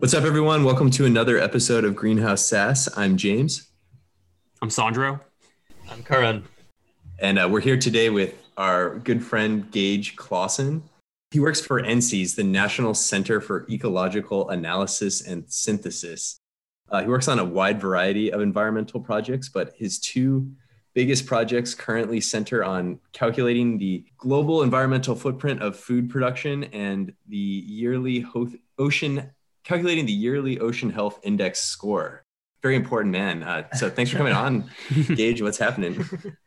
What's up, everyone? Welcome to another episode of Greenhouse SaaS. I'm James, I'm Sandro. I'm Karan. and uh, we're here today with our good friend Gage Clausen. He works for NCES, the National Center for Ecological Analysis and Synthesis. Uh, he works on a wide variety of environmental projects, but his two biggest projects currently center on calculating the global environmental footprint of food production and the yearly ho- ocean, calculating the yearly ocean health index score. Very important man. Uh, so thanks for coming on, Gage, what's happening?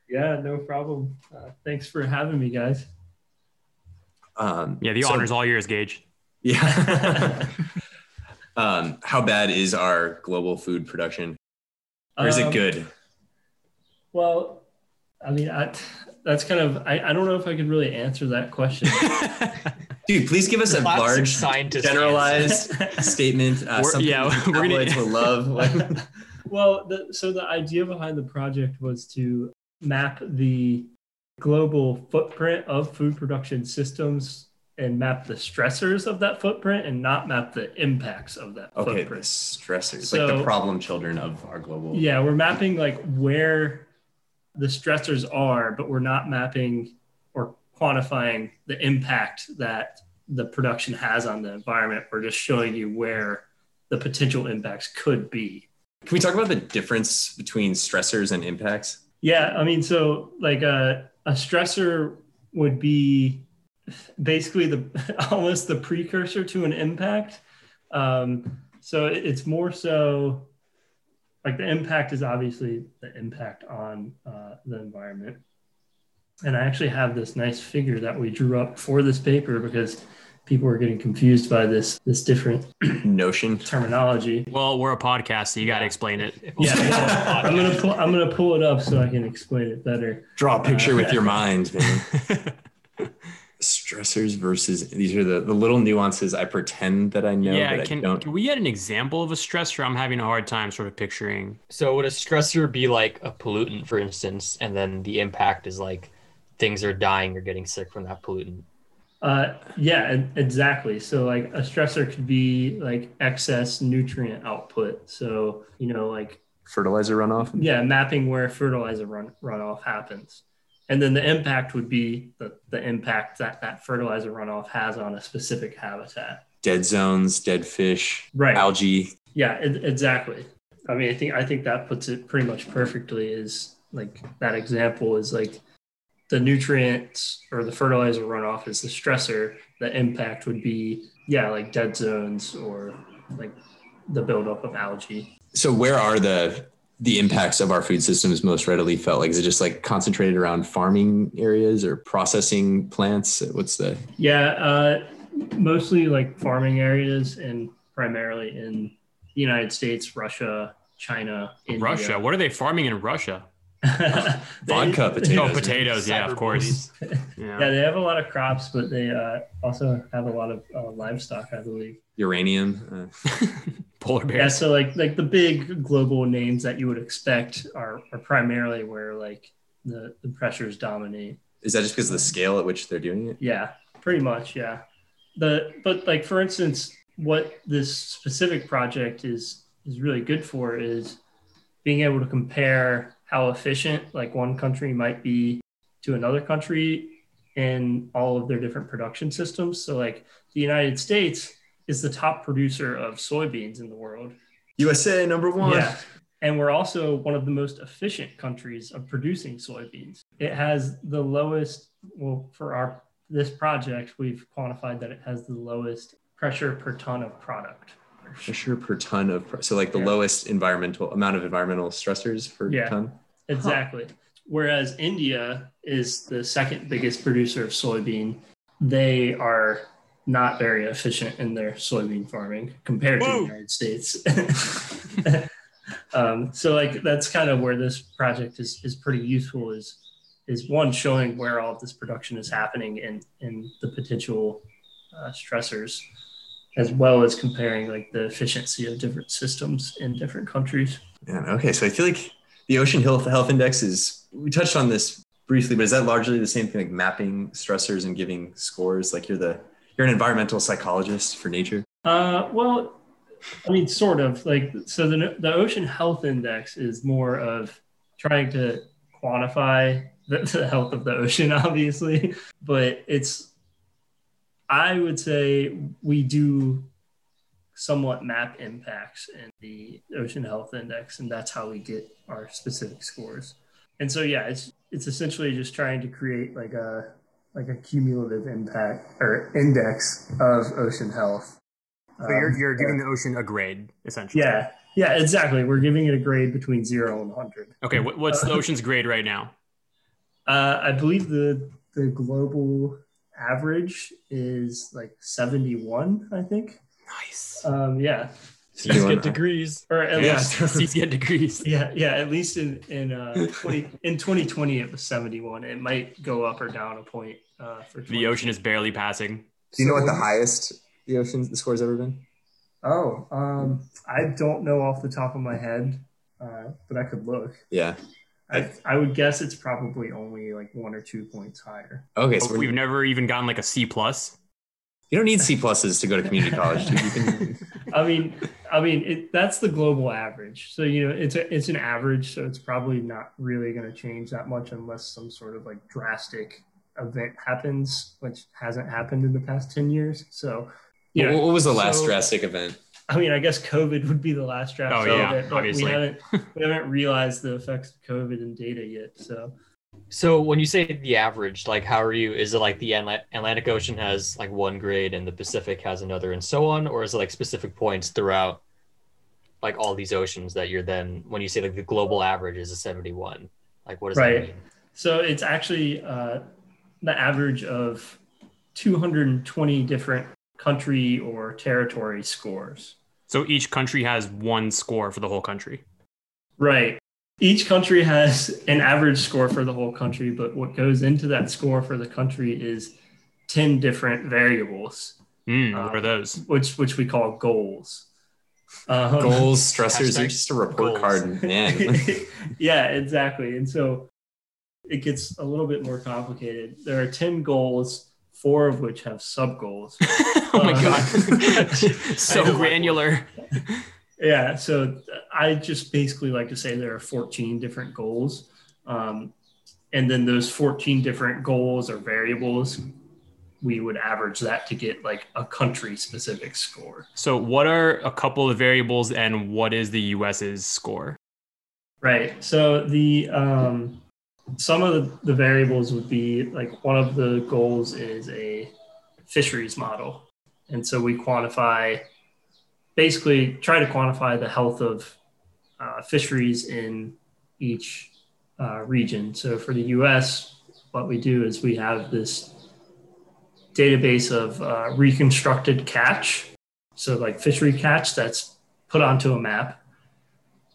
Yeah, no problem. Uh, thanks for having me, guys. Um, Yeah, the so- honor's all yours, Gage. Yeah. um, how bad is our global food production, or is Um, it good? Well, I mean, I, that's kind of, I, I don't know if I could really answer that question. Dude, please give us a Classic large, scientist generalized statement. Uh, We're- something yeah, yeah, we're we're gonna- going to love. Like, well, the, so the idea behind the project was to map the global footprint of food production systems and map the stressors of that footprint and not map the impacts of that okay, the footprint. stressors, like the So- problem children of our global. Yeah, we're mapping like where the stressors are, but we're not mapping or quantifying the impact that the production has on the environment. We're just showing you where the potential impacts could be. Can we talk about the difference between stressors and impacts? Yeah, I mean, so like a, a stressor would be basically the almost the precursor to an impact. Um, so it- it's more so like the impact is obviously the impact on uh, the environment. And I actually have this nice figure that we drew up for this paper because people are getting confused by this this different Notion. terminology. Well, we're a podcast, so you got to explain it. Yeah. I'm gonna pull, I'm gonna pull it up so I can explain it better. Draw a picture with your mind, man. stressors versus these are the, the little nuances I pretend that I know, yeah, but I can, don't. can we get an example of a stressor? I'm having a hard time sort of picturing. So would a stressor be like a pollutant, for instance, and then the impact is like things are dying or getting sick from that pollutant? Uh, yeah, e- exactly. So like a stressor could be like excess nutrient output. So you know, like Fertilizer runoff. yeah, mapping where fertilizer run runoff happens, and then the impact would be the the impact that that fertilizer runoff has on a specific habitat. dead zones, dead fish, Right. algae. Yeah, e- exactly. I mean, I think I think that puts it pretty much perfectly. Is like that example is like the nutrients or the fertilizer runoff is the stressor. The impact would be yeah, like dead zones or like the buildup of algae. So where are the the impacts of our food systems most readily felt? Like is it just like concentrated around farming areas or processing plants? What's the Yeah, uh, mostly like farming areas and primarily in the United States, Russia, China, India. Russia. What are they farming in Russia? They- Vodka, potatoes. Oh, potatoes. Yeah, of course. Yeah, Yeah. they have a lot of crops, but they uh, also have a lot of uh, livestock, I believe. uranium? Uh, Polar Yeah, bears. so like like the big global names that you would expect are, are primarily where like the, the pressures dominate. is that just because of the scale at which they're doing it? Yeah, pretty much. Yeah, the but like for instance, what this specific project is is really good for is being able to compare how efficient like one country might be to another country in all of their different production systems. So like the United States is the top producer of soybeans in the world. USA number one. Yeah. And we're also one of the most efficient countries of producing soybeans. It has the lowest, well, for our this project, we've quantified that it has the lowest pressure per ton of product. Pressure per ton of pr- so like the Yeah. lowest environmental amount of environmental stressors per Yeah. ton. Exactly. Whereas India is the second biggest producer of soybean, they are not very efficient in their soybean farming compared to Whoa. the United States. um, so like that's kind of where this project is is pretty useful is is one showing where all of this production is happening and and the potential uh, stressors as well as comparing like the efficiency of different systems in different countries Man, okay, so I feel like the ocean health health index is we touched on this briefly, but is that largely the same thing like mapping stressors and giving scores? Like you're the you're an environmental psychologist for nature. Uh, well, I mean, sort of like so. The the Ocean Health Index is more of trying to quantify the, the health of the ocean, obviously, but it's. I would say we do somewhat map impacts in the Ocean Health Index, and that's how we get our specific scores. And so, yeah, it's it's essentially just trying to create like a like a cumulative impact or index of ocean health. Um, So you're, you're giving the ocean a grade, essentially. Yeah, yeah, exactly. We're giving it a grade between zero and hundred. Okay, what, what's the ocean's grade right now? Uh, I believe the the global average is like seventy one. I think. Nice. Um, yeah, You Let's wanna- get degrees. or at Yeah. least Seas get degrees. yeah, yeah, at least in in uh, 20, in twenty twenty it was seventy one. It might go up or down a point uh, for The ocean is barely passing. Do you know So what the what- highest the ocean the score's ever been? Oh, um, I don't know off the top of my head, uh, but I could look. Yeah. I, I would guess it's probably only like one or two points higher. Okay, so We've we're- never even gotten like a C plus. you don't need C pluses to go to community college. Dude. You can, I mean, I mean, it, that's the global average. So you know, it's a, it's an average, so it's probably not really going to change that much unless some sort of like drastic event happens, which hasn't happened in the past ten years. So yeah, What- What was the last So- drastic event? I mean, I guess COVID would be the last draft. Oh, so yeah, that- but obviously. we haven't we haven't realized the effects of COVID in data yet. So So when you say the average, like how are you? Is it like the Atla- Atlantic Ocean has like one grade and the Pacific has another and so on, or is it like specific points throughout like all these oceans that you're then when you say like the global average is a 71? Like what does Right. that mean? so it's actually uh, the average of 220 different country or territory scores. So each country has one score for the whole country. Right. Each country has an average score for the whole country, but what goes into that score for the country is 10 different variables, Mm, Uh, what are those? which which we call goals. Um, Goals, stressors, Hashtag they're just a report goals. card, man. yeah, exactly. And so it gets a little bit more complicated. There are 10 goals, four of which have sub goals. oh my uh, god, I know. so granular. Yeah, so I just basically like to say there are 14 different goals. Um, and then those 14 different goals or variables, we would average that to get like a country specific score. So what are a couple of variables and what is the US's score? Right. So the um, some of the, the variables would be like one of the goals is a fisheries model, and so we quantify basically try to quantify the health of uh, fisheries in each uh, region. So for the U.S., what we do is we have this database of uh, reconstructed catch, so like fishery catch that's put onto a map.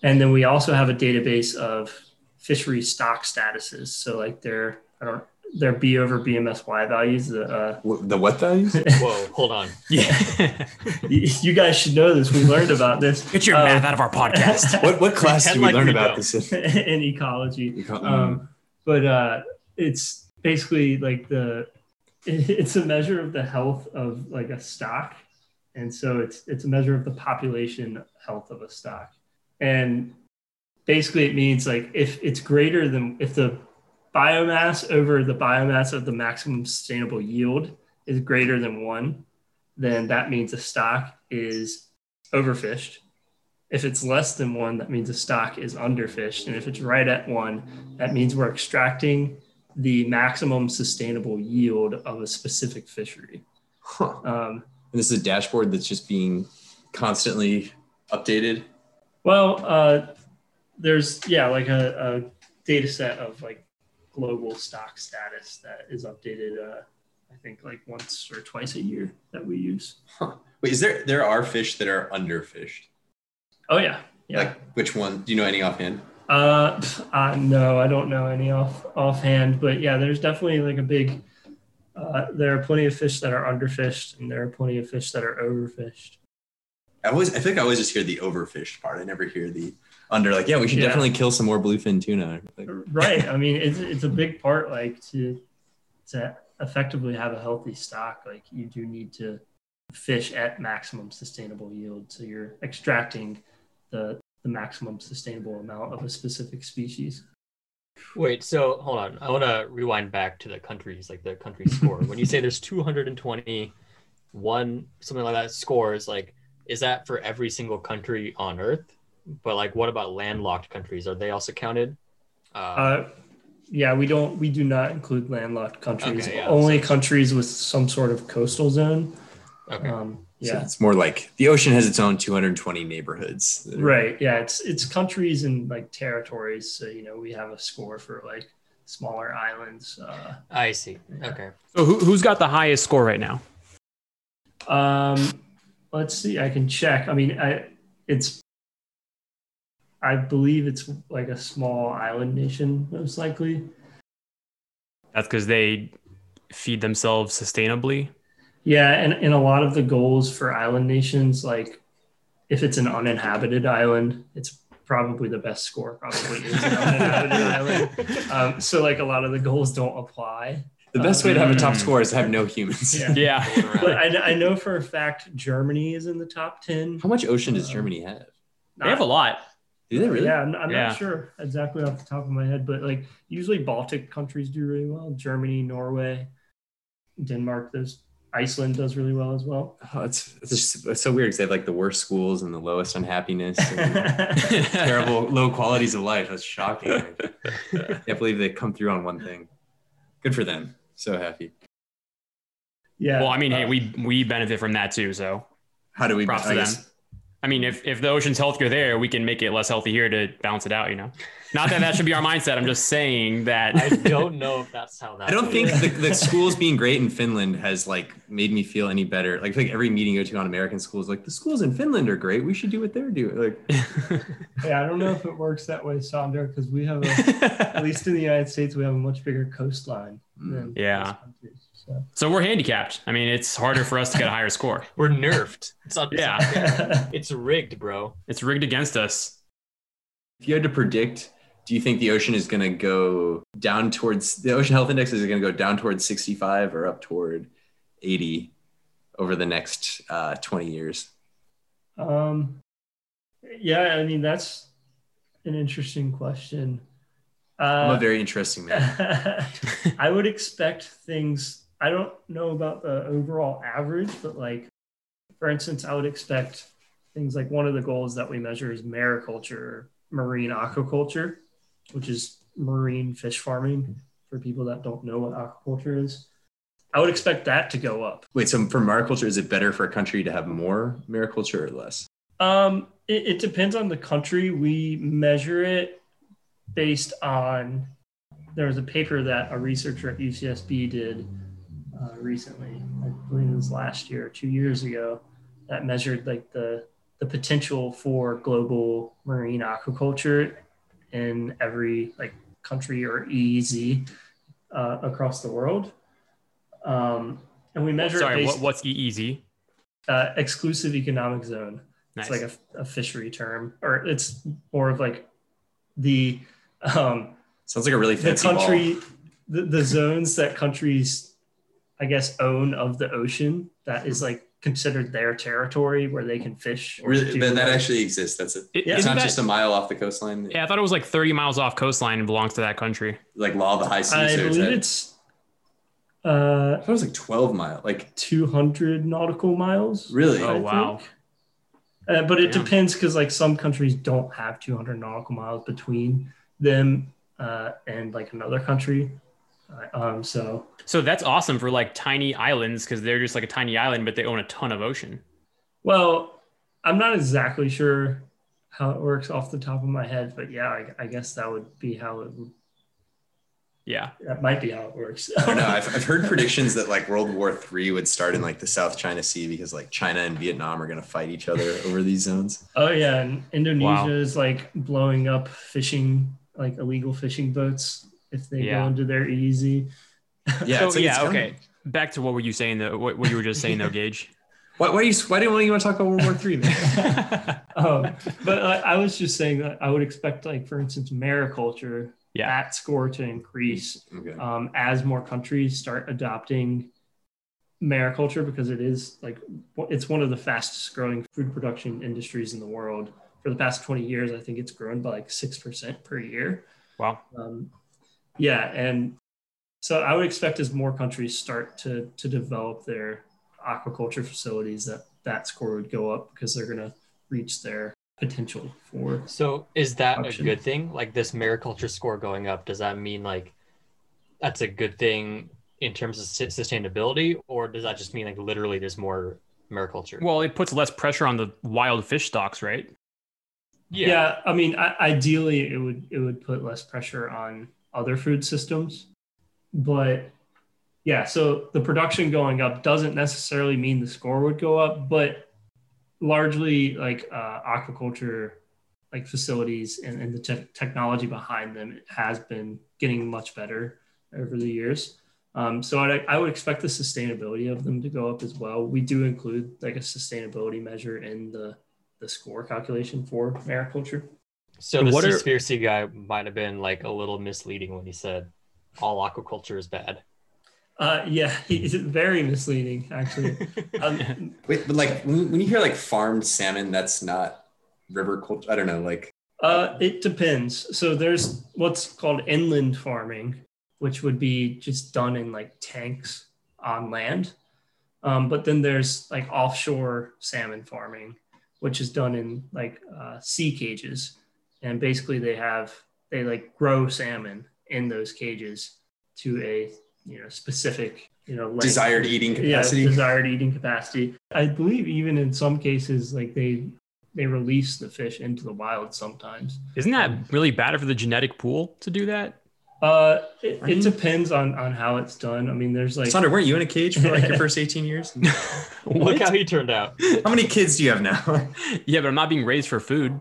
And then we also have a database of fishery stock statuses. So like their I don't their B over BMSY values. The uh, Wh- the what values? Whoa, hold on. Yeah, you you guys should know this. We learned about this get your Uh, math out of our podcast. What what class did Pretend we like learn we about know. this? in? in ecology. You can't- Um, but uh, it's basically like the it's a measure of the health of like a stock, and so it's it's a measure of the population health of a stock, and basically it means like if it's greater than if the biomass over the biomass of the maximum sustainable yield is greater than one, then that means a stock is overfished. If it's less than one, that means a stock is underfished. And if it's right at one, that means we're extracting the maximum sustainable yield of a specific fishery. Huh. Um, And this is a dashboard that's just being constantly updated. well, uh, there's, yeah, like a, a data set of like global stock status that is updated, uh, I think, like once or twice a year that we use. Wait, is there there are fish that are underfished? Oh, yeah. Yeah. Like which one? Do you know any offhand? Uh, pff, uh, no, I don't know any off offhand, but yeah, there's definitely like a big. Uh, there are plenty of fish that are underfished, and there are plenty of fish that are overfished. I always I think I always just hear the overfished part. I never hear the under. Like yeah, we should Yeah. definitely kill some more bluefin tuna. Like, Right. I mean, it's it's a big part, like to to effectively have a healthy stock. Like you do need to fish at maximum sustainable yield. So you're extracting the, the maximum sustainable amount of a specific species. Wait, so hold on. I want to rewind back to the countries, like the country score. when you say there's 221, something like that, scores, like, is that for every single country on Earth? But like, what about landlocked countries? Are they also counted? Uh, Uh, yeah, we don't, we do not include landlocked countries, Okay, yeah, only so- countries with some sort of coastal zone. okay. Um, So yeah. it's more like the ocean has its own 220 neighborhoods. that are- Right. Yeah. It's it's countries and like territories. So you know we have a score for like smaller islands. Uh, I see. Okay. So who, who's got the highest score right now? um, let's see. I can check. I mean, I it's I believe it's like a small island nation most likely. That's because they feed themselves sustainably. Yeah, and and a lot of the goals for island nations like if it's an uninhabited island, it's probably the best score. Probably is an uninhabited island. Um, so like a lot of the goals don't apply. The best way to have a top Mm. score is to have no humans. Yeah. Yeah. But I, I know for a fact Germany is in the top 10. How much ocean does Germany have? They have a lot. Do they really? Yeah, I'm, I'm Yeah. not sure exactly off the top of my head, but like usually Baltic countries do really well. Germany, Norway, Denmark, those Iceland does really well as well. Oh, it's, it's just it's so weird because they have like the worst schools and the lowest unhappiness and yeah, terrible low qualities of life. That's shocking. I can't believe they come through on one thing. Good for them. So happy. Well, I mean, hey, Uh, we we benefit from that too. So How do we Props I to them. guess- I mean, if, if the ocean's healthier there, we can make it less healthy here to balance it out, you know? Not that that should be our mindset. I'm just saying that. I don't know if that's how that. I don't think the, the schools being great in Finland has like made me feel any better. Like, I feel like every meeting I go to on American schools, like the schools in Finland are great. We should do what they're doing. Like, yeah, I don't know if it works that way, Sonder, because we have, a, at least in the United States, we have a much bigger coastline. mm. Hmm. Than Yeah. most countries, so. so we're handicapped. I mean, it's harder for us to get a higher score. We're nerfed. It's not, Yeah. It's rigged, bro. It's rigged against us. if you had to predict, do you think the ocean is going to go down towards the ocean health index is going to go down towards 65 or up toward 80 over the next uh, 20 years? Um, yeah, I mean that's an interesting question. I'm a Uh, very interesting man. I would expect things. I don't know about the overall average, but like, for instance, I would expect things like one of the goals that we measure is mariculture, marine aquaculture, which is marine fish farming for people that don't know what aquaculture is. I would expect that to go up. Wait, so for mariculture, is it better for a country to have more mariculture or less? Um, it, it depends on the country. We measure it based on. There was a paper that a researcher at UCSB did uh, recently. I believe it was last year, or two years ago, that measured like the the potential for global marine aquaculture in every like country or EEZ uh, across the world. Um, and we measure it Sorry, based what, what's E EEZ? uh, exclusive economic zone Nice. it's like a, a fishery term or it's more of like the um Sounds like a really the fancy ball. country the, the zones that countries i guess own of the ocean that is like considered their territory where they can fish or Really, do that, that whatever. actually exists. That's it. It- Yeah. It's isn't not that- just a mile off the coastline. yeah, I thought it was like 30 miles off coastline and belongs to that country. Like law of the high seas. i or is believe that- it's uh I thought it was like 12 mile. Like 200 nautical miles really? Oh, I wow. think. Uh, but it Damn. depends because like some countries don't have 200 nautical miles between them uh, and like another country. Uh, um, so So that's awesome for like tiny islands because they're just like a tiny island, but they own a ton of ocean. well, I'm not exactly sure how it works off the top of my head, but yeah, I, I guess that would be how it. would- Yeah. That might be how it works. I don't know. I've, I've heard predictions that like World War Three would start in like the South China Sea because like China and Vietnam are going to fight each other over these zones. oh yeah, and Indonesia Wow. is like blowing up fishing, like illegal fishing boats if they Yeah. go into their easy. Oh, Yeah. So, it's like it's yeah, coming. okay. Back to what were you saying though? What, what you were just saying though, Gage? Why, why do you why do you want to talk about World War Three? um, but I, I was just saying that I would expect, like for instance, mariculture Yeah. that score to increase okay. um, as more countries start adopting mariculture because it is like w- it's one of the fastest growing food production industries in the world. For the past 20 years, I think it's grown by like 6% per year. Wow. Um, yeah, and so I would expect as more countries start to to develop their aquaculture facilities that that score would go up because they're going to reach their potential for So is that Option. a good thing? Like this mariculture score going up, does that mean like that's a good thing in terms of su- sustainability, or does that just mean like literally there's more mariculture? Well, it puts less pressure on the wild fish stocks, right? yeah. i mean I, ideally it would it would put less pressure on other food systems but yeah so the production going up doesn't necessarily mean the score would go up but largely like uh, aquaculture like facilities and, and the te- technology behind them has been getting much better over the years um, so I'd, I would expect the sustainability of them to go up as well we do include like a sustainability measure in the the score calculation for mariculture. so and the what are- conspiracy guy might have been like a little misleading when he said all aquaculture is bad. Uh, yeah, it's very misleading, actually. Um, Wait, but like when when you hear like farmed salmon, that's not river culture. I don't know. Like uh, it depends. So there's what's called inland farming, which would be just done in like tanks on land. Um, but then there's like offshore salmon farming, which is done in like uh, sea cages. And basically, they have they like grow salmon in those cages to a you know specific you know length. desired eating capacity. Yeah, desired eating capacity. I believe even in some cases, like they they release the fish into the wild sometimes. Isn't that really bad for the genetic pool to do that? Uh, it, I it mean- depends on on how it's done. I mean, there's like Sonder, weren't you in a cage for like your first 18 years? Look how he turned out. How many kids do you have now? Yeah, but I'm not being raised for food.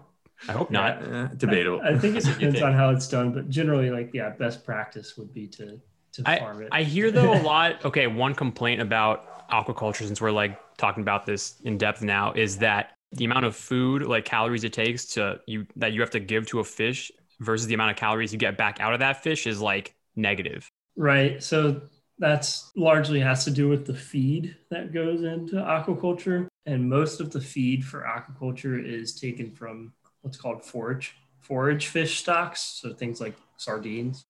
I hope not. Uh, debatable. I, I think it That's what you depends think. on how it's done, but generally, like yeah, best practice would be to to farm it. I hear though a lot. Okay, one complaint about aquaculture, since we're like talking about this in depth now, is that the amount of food, like calories it takes to you that you have to give to a fish versus the amount of calories you get back out of that fish is like negative. Right. So that's largely has to do with the feed that goes into aquaculture. And most of the feed for aquaculture is taken from what's called forage forage fish stocks. So things like sardines.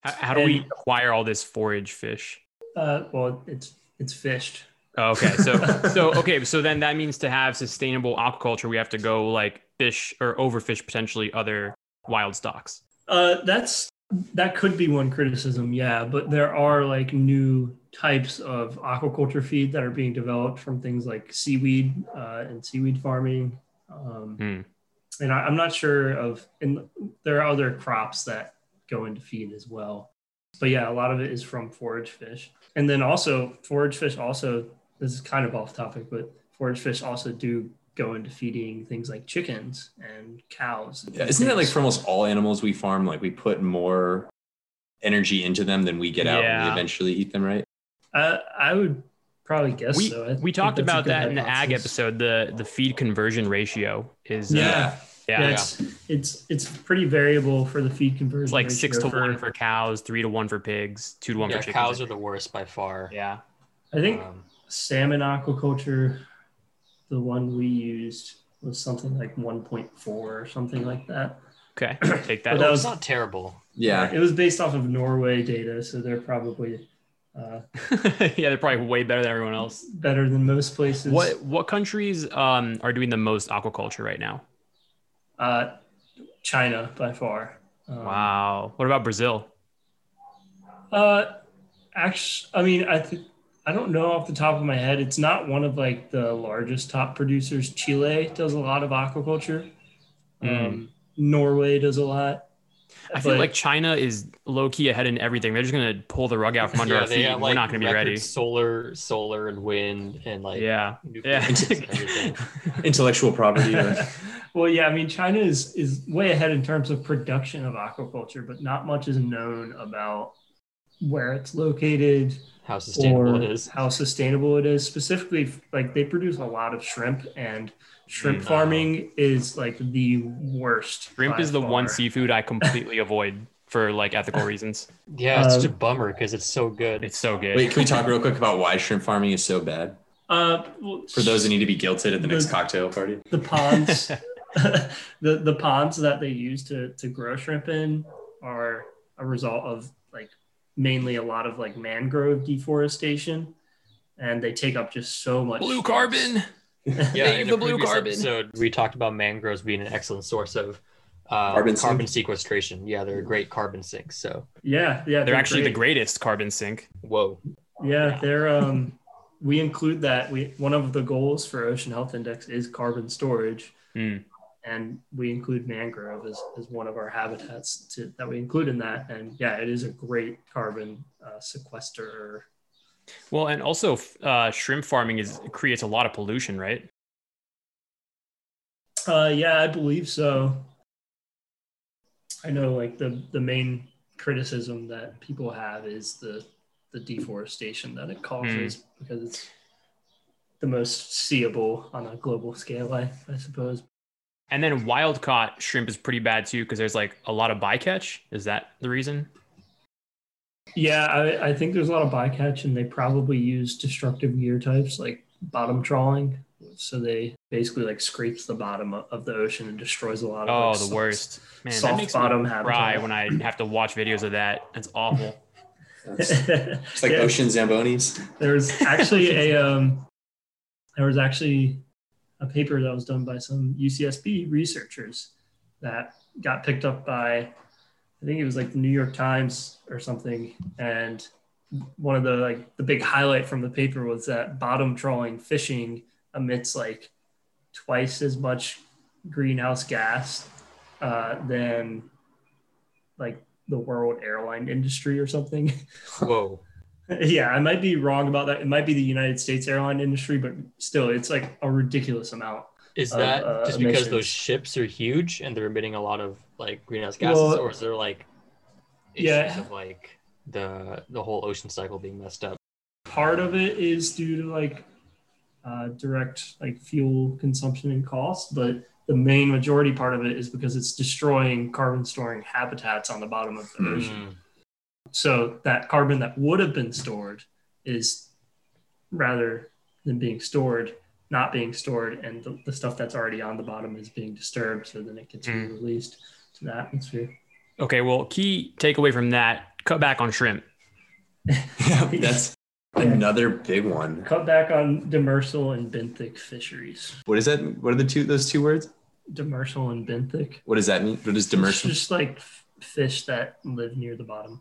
How, how do we And- acquire all this forage fish? Uh, well, it's it's fished. Oh, Okay, so so okay, so then that means to have sustainable aquaculture, we have to go like fish or overfish potentially other wild stocks. Uh, that's that could be one criticism, yeah. But there are like new types of aquaculture feed that are being developed from things like seaweed uh, and seaweed farming. Um, Hmm. And I, I'm not sure of, and there are other crops that go into feed as well. But yeah, a lot of it is from forage fish, and then also forage fish. Also, this is kind of off topic, but forage fish also do go into feeding things like chickens and cows. and Yeah, isn't that like pigs. for almost all animals we farm? Like we put more energy into them than we get out when we Yeah. eventually eat them, right? I I would probably guess we, so. I we think talked that's a about good that in the ag hypothesis. episode. The the feed conversion ratio is uh, Yeah. yeah, Yeah, it's it's it's pretty variable for the feed conversion. It's like six to ratio one for cows, three to one for pigs, two to one Yeah, for chickens. cows are the worst by far. yeah. I Uh, think Um, salmon aquaculture, the one we used was something like 1.4 or something like that. Okay, take But that. that it's was- not terrible. Yeah. It was based off of Norway data, so they're probably uh, yeah, they're probably way better than everyone else. better than most places. What what countries um, are doing the most aquaculture right now? Uh, China by far. Um, Wow. What about Brazil? Uh, actually, I mean, I think I don't know off the top of my head. It's not one of like the largest top producers. Chile does a lot of aquaculture. Um, Norway does a lot. Hmm. I feel But- like China is low key ahead in everything. They're just gonna pull the rug out from under yeah, our they feet. have and like We're not gonna be record ready. Solar, solar and wind and like Yeah. nuclear Yeah. and everything. Intellectual property. uh, well, yeah, I mean, China is is way ahead in terms of production of aquaculture, but not much is known about where it's located How sustainable or it is. how sustainable it is. Specifically, like they produce a lot of shrimp, and shrimp Mm-hmm. Mm. farming is like the worst. Shrimp by is the one far. seafood I completely avoid. for like ethical reasons. Yeah, it's such a Um, bummer because it's so good. It's so good. Wait, can we talk real quick about why shrimp farming is so bad Uh, well, for those that need to be guilted at the next The- cocktail party? the ponds, the the ponds that they use to to grow shrimp in are a result of like mainly a lot of like mangrove deforestation, and they take up just so much Blue carbon. yeah, Save in the the blue previous carbon. episode, we talked about mangroves being an excellent source of uh, Carbon carbon, sink? sequestration. Yeah, they're a great carbon sinks. So, Yeah, yeah, They're actually the great. greatest carbon sink. whoa. Yeah, they're um we include that we one of the goals for Ocean Health Index is carbon storage Mm. and we include mangrove as, as one of our habitats to, that we include in that and yeah it is a great carbon uh, sequester Well, and also f- uh, shrimp farming is creates a lot of pollution, right? uh yeah i believe so i know like the the main criticism that people have is the the deforestation that it causes because it's the most seeable on a global scale i, I suppose And then wild caught shrimp is pretty bad too because there's like a lot of bycatch. Is that the reason? Yeah, I, I think there's a lot of bycatch, and they probably use destructive gear types like bottom trawling. So they basically like scrapes the bottom o- of the ocean and destroys a lot of. Oh, like, the soft- worst. Man, that soft makes me bottom cry habitat. when I have to watch videos of that. It's awful. It's it's like Yeah, ocean zambonis. There was actually a um, there was actually a paper that was done by some UCSB researchers that got picked up by I think it was like the New York Times or something, and one of the like the big highlight from the paper was that bottom trawling fishing emits like twice as much greenhouse gas uh, than like the world airline industry or something. Whoa. Yeah, I might be wrong about that. It might be the United States airline industry, but still, it's like a ridiculous amount. Is Of, that uh, just because emissions. those ships are huge and they're emitting a lot of like greenhouse gases, Well, or is there like issues yeah. of like the the whole ocean cycle being messed up? Part of it is due to like uh, direct like fuel consumption and cost, but the main majority part of it is because it's destroying carbon storing habitats on the bottom of the Hmm. ocean. So that carbon that would have been stored is rather than being stored, not being stored, and the, the stuff that's already on the bottom is being disturbed. So then it gets Mm. released to the atmosphere. Okay, well, key takeaway from that: cut back on shrimp. Yeah, that's another big one. Cut back on demersal and benthic fisheries. What is that? What are the two those two words? Demersal and benthic. What does that mean? What is It's demersal? just like f- fish that live near the bottom.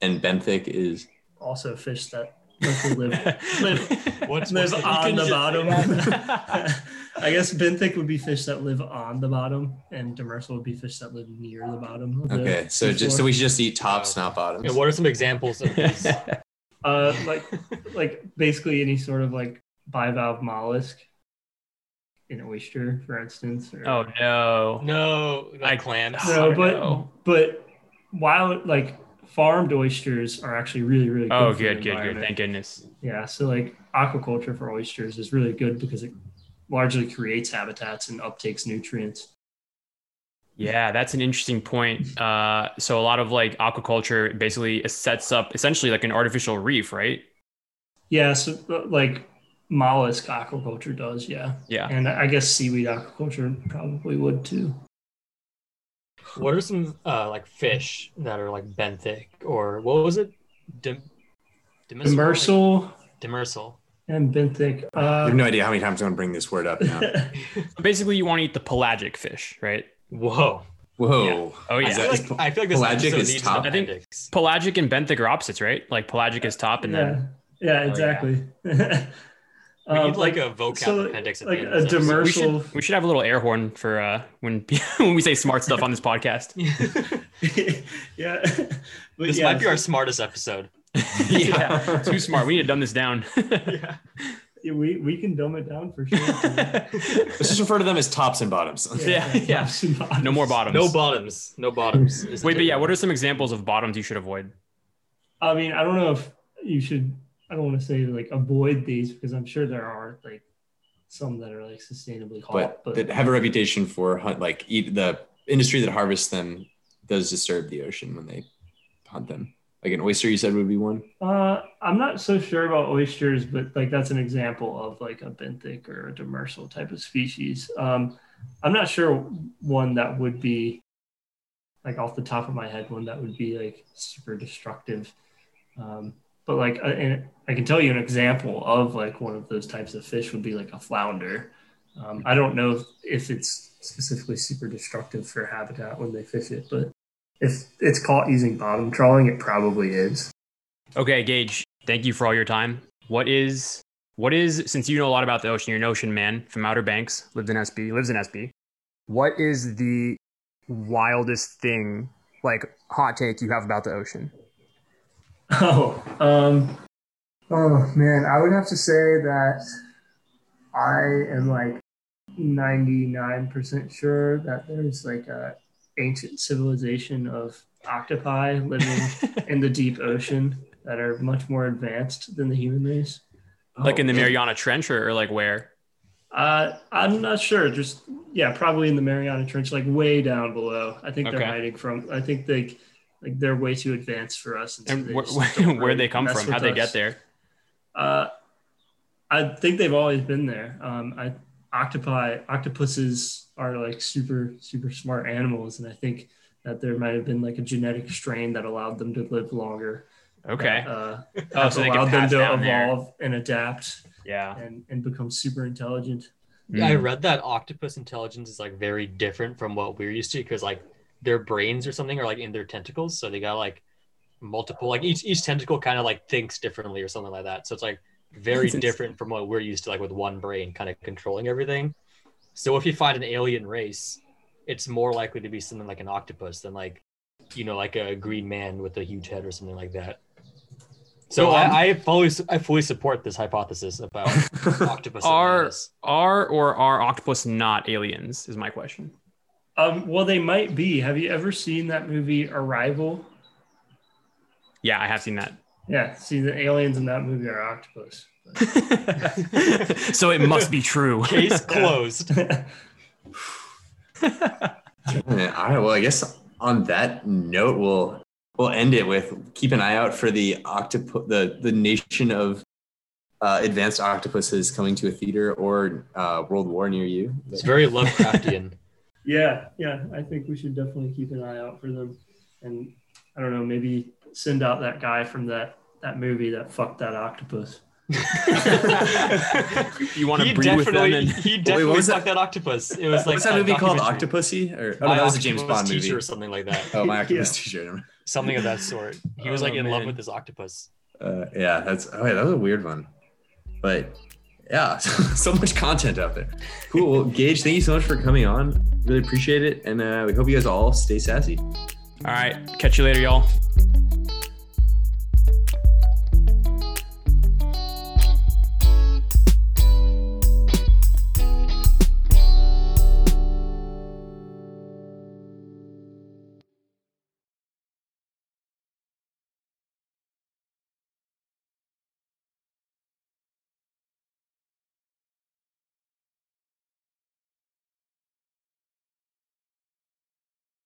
And benthic is Also fish that like, live What's, live what's the- on the bottom. that. I guess benthic would be fish that live on the bottom, and demersal would be fish that live near the bottom. Of the okay. So seafloor. just so we should just eat tops, not and bottoms. what are some examples of these? uh, like like basically any sort of like bivalve mollusk, an oyster, for instance. Or, oh no! no, like I- clams. no, I but know. but wild like farmed oysters are actually really really good. Oh, for the good, good, good. environment. Thank goodness. Yeah, so like aquaculture for oysters is really good because it largely creates habitats and uptakes nutrients. Yeah, that's an interesting point. Uh, so a lot of like aquaculture basically sets up essentially like an artificial reef, right? Yeah, so but, like mollusk aquaculture does, yeah. Yeah. And I guess seaweed aquaculture probably would too. What are some uh, like fish that are like benthic or what was it? Dim- demersal? Demersal Demersal. and benthic. I Uh, have no idea how many times I'm gonna bring this word up now. So basically, you want to eat the pelagic fish, right? Whoa. Whoa. Oh yeah. I, Is feel that- like, I feel like this pelagic episode is needs top? an I think- appendix. pelagic and benthic are opposites, right? Like pelagic is top, and yeah, then yeah, exactly. We Um, need like a vocab so, appendix at like the end a of this episode. demersal- we should we should have a little air horn for uh, when when we say smart stuff on this podcast. yeah. But this yeah, might be our smartest episode. yeah, too smart. We need to dumb this down. yeah, we we can dumb it down for sure. yeah, Let's just refer to them as tops and bottoms. yeah. No more bottoms. No bottoms. No bottoms. is the Wait, but yeah, takeaway. what are some examples of bottoms you should avoid? I mean, I don't know if you should. I don't want to say like avoid these because I'm sure there are like some that are like sustainably But caught, but, that have a reputation for hunt, like eat the industry that harvests them does disturb the ocean when they hunt them. Like an oyster, you said would be one. Uh, I'm not so sure about oysters, but like that's an example of like a benthic or a demersal type of species. Um, I'm not sure one that would be like off the top of my head one that would be like super destructive. Um, but like, I, and I can tell you an example of like one of those types of fish would be like a flounder. Um, I don't know if it's specifically super destructive for habitat when they fish it, but if it's caught using bottom trawling, it probably is. Okay, Gage, thank you for all your time. What is what is since you know a lot about the ocean, you're an ocean man from Outer Banks, lived in SB, lives in SB. What is the wildest thing, like hot take you have about the ocean? Oh, um, Oh man, I would have to say that I am like 99% sure that there's like a ancient civilization of octopi living in the deep ocean that are much more advanced than the human race. Like Oh, Oh. in the Mariana Trench or, or like where? Uh, I'm not sure. Just yeah, probably in the Mariana Trench, like way down below. I think Okay. they're hiding from. I think they like they're way too advanced for us. so And they where, just don't where they really come mess from? with How they us. get there? Uh, I think they've always been there. Um, I octopi octopuses are like super super smart animals, and I think that there might have been like a genetic strain that allowed them to live longer. Okay. that, Uh, Oh, that so they get allowed them passed to down there. evolve and adapt Yeah. Hmm. and, and become super intelligent. Yeah, I read that octopus intelligence is like very different from what we're used to because like their brains or something are like in their tentacles, so they got like multiple like each each tentacle kind of like thinks differently or something like that. So it's like very That's different from what we're used to like with one brain kind of controlling everything. So if you find an alien race, it's more likely to be something like an octopus than like you know like a green man with a huge head or something like that. So Well, I'm- I, I fully I fully support this hypothesis about octopus. Are- Are or are octopus not aliens? Is my question. Um, well, they might be. Have you ever seen that movie Arrival? Yeah, I have seen that. Yeah, see the aliens in that movie are octopus. so it must be true. case closed. Yeah, all right. Well, I guess on that note, we'll we'll end it with keep an eye out for the octopus, the the nation of uh, advanced octopuses coming to a theater or uh, World War near you. It's very Lovecraftian. Yeah, yeah. I think we should definitely keep an eye out for them, and I don't know, maybe send out that guy from that that movie that fucked that octopus. you want he to breed with them definitely, and he Wait, what definitely was that- fucked that octopus. It was like What's that a movie called? documentary. Octopussy? Or, oh, My no, that was a James Octopus Bond Teacher movie. or something like that. Oh, my octopus Yeah. teacher. never mind. Something of that sort. He was like Oh, in love man. with this octopus. Uh, yeah, that's oh, yeah, that was a weird one, but yeah, so much content out there. Cool, well, Gage. Thank you so much for coming on. Really appreciate it, and uh, we hope you guys all stay sassy. All right. Catch you later, y'all.